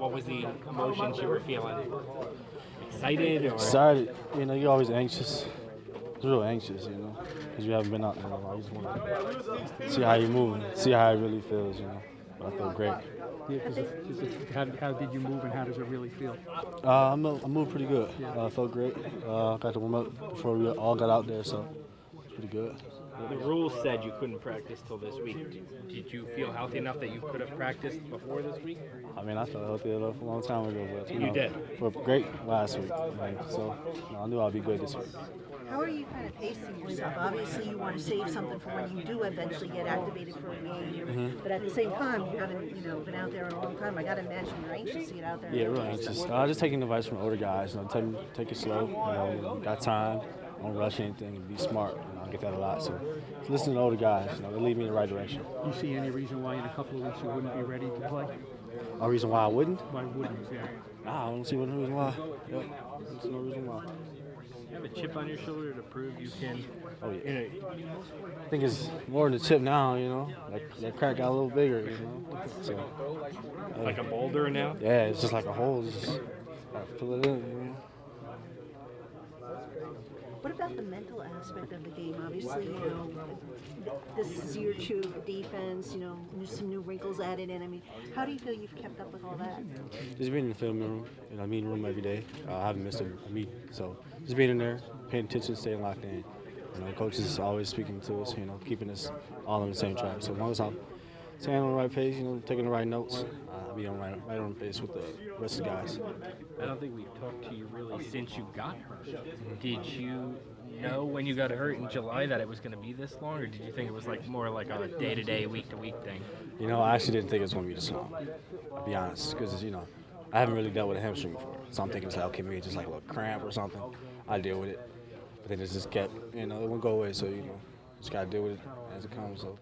was the emotions you were feeling? Excited or Excited. You know, you're always anxious. It's real anxious, you know, because you haven't been out there in a while. You just want to see how you're moving, see how it really feels, you know. But I feel great. Yeah, 'cause it's- it's- it's- how, how did you move and how does it really feel? Uh, I, moved, I moved pretty good. Uh, I felt great. Uh, got to warm up before we all got out there, so it's pretty good. the rules said you couldn't practice till this week? Did- Did you feel healthy enough that you could have practiced before this week? I mean, I felt healthy enough a long time ago, but you, You know, did. But great last week, like, so you know, I knew I'd be good this week. How are you kind of pacing yourself? Obviously, you want to save something for when you do eventually get activated for a game. But at the same time, you haven't, you know, been out there in a long time. I got to imagine you're anxious to get out there. Yeah, real anxious. Uh, just taking advice from older guys. You know, take, take it slow. You know, you got time. Don't rush anything. and Be smart. You know, I get that a lot. So, just listen to older guys. You know, they lead me in the right direction. You see any reason why in a couple of weeks you wouldn't be ready to play? No reason why I wouldn't. Why wouldn't you? Nah, I don't see one reason why. Yep. There's no reason why. You have a chip on your shoulder to prove you can. Oh yeah. I think it's more than a chip now. You know, that, that crack got a little bigger. You know, so It's like a boulder now. yeah, it's just like a hole. It's just gotta fill it in. You know? What about the mental aspect of the game? Obviously, you know, this is year two of defense. You know, there's some new wrinkles added in. I mean, how do you feel you've kept up with all that? Just being in the film room, and I meeting room every day. Uh, I haven't missed a, a meeting, so just being in there, paying attention, staying locked in. You know, coach is always speaking to us, you know, keeping us all on the same track. So as long as I'm staying on the right page, you know, taking the right notes, uh, I'll be on right, right on pace with the rest of the guys. I don't think we've talked to you really since you got hurt. Did you know when you got hurt in July that it was going to be this long, or did you think it was like more like a day-to-day, week-to-week thing? You know, I actually didn't think it was going to be this long. I'll be honest, because you know, I haven't really dealt with a hamstring before, so I'm thinking it's like, okay, maybe it's just like a little cramp or something. I deal with it, but then it just kept, you know, it won't go away. So you know, just gotta deal with it as it comes. So.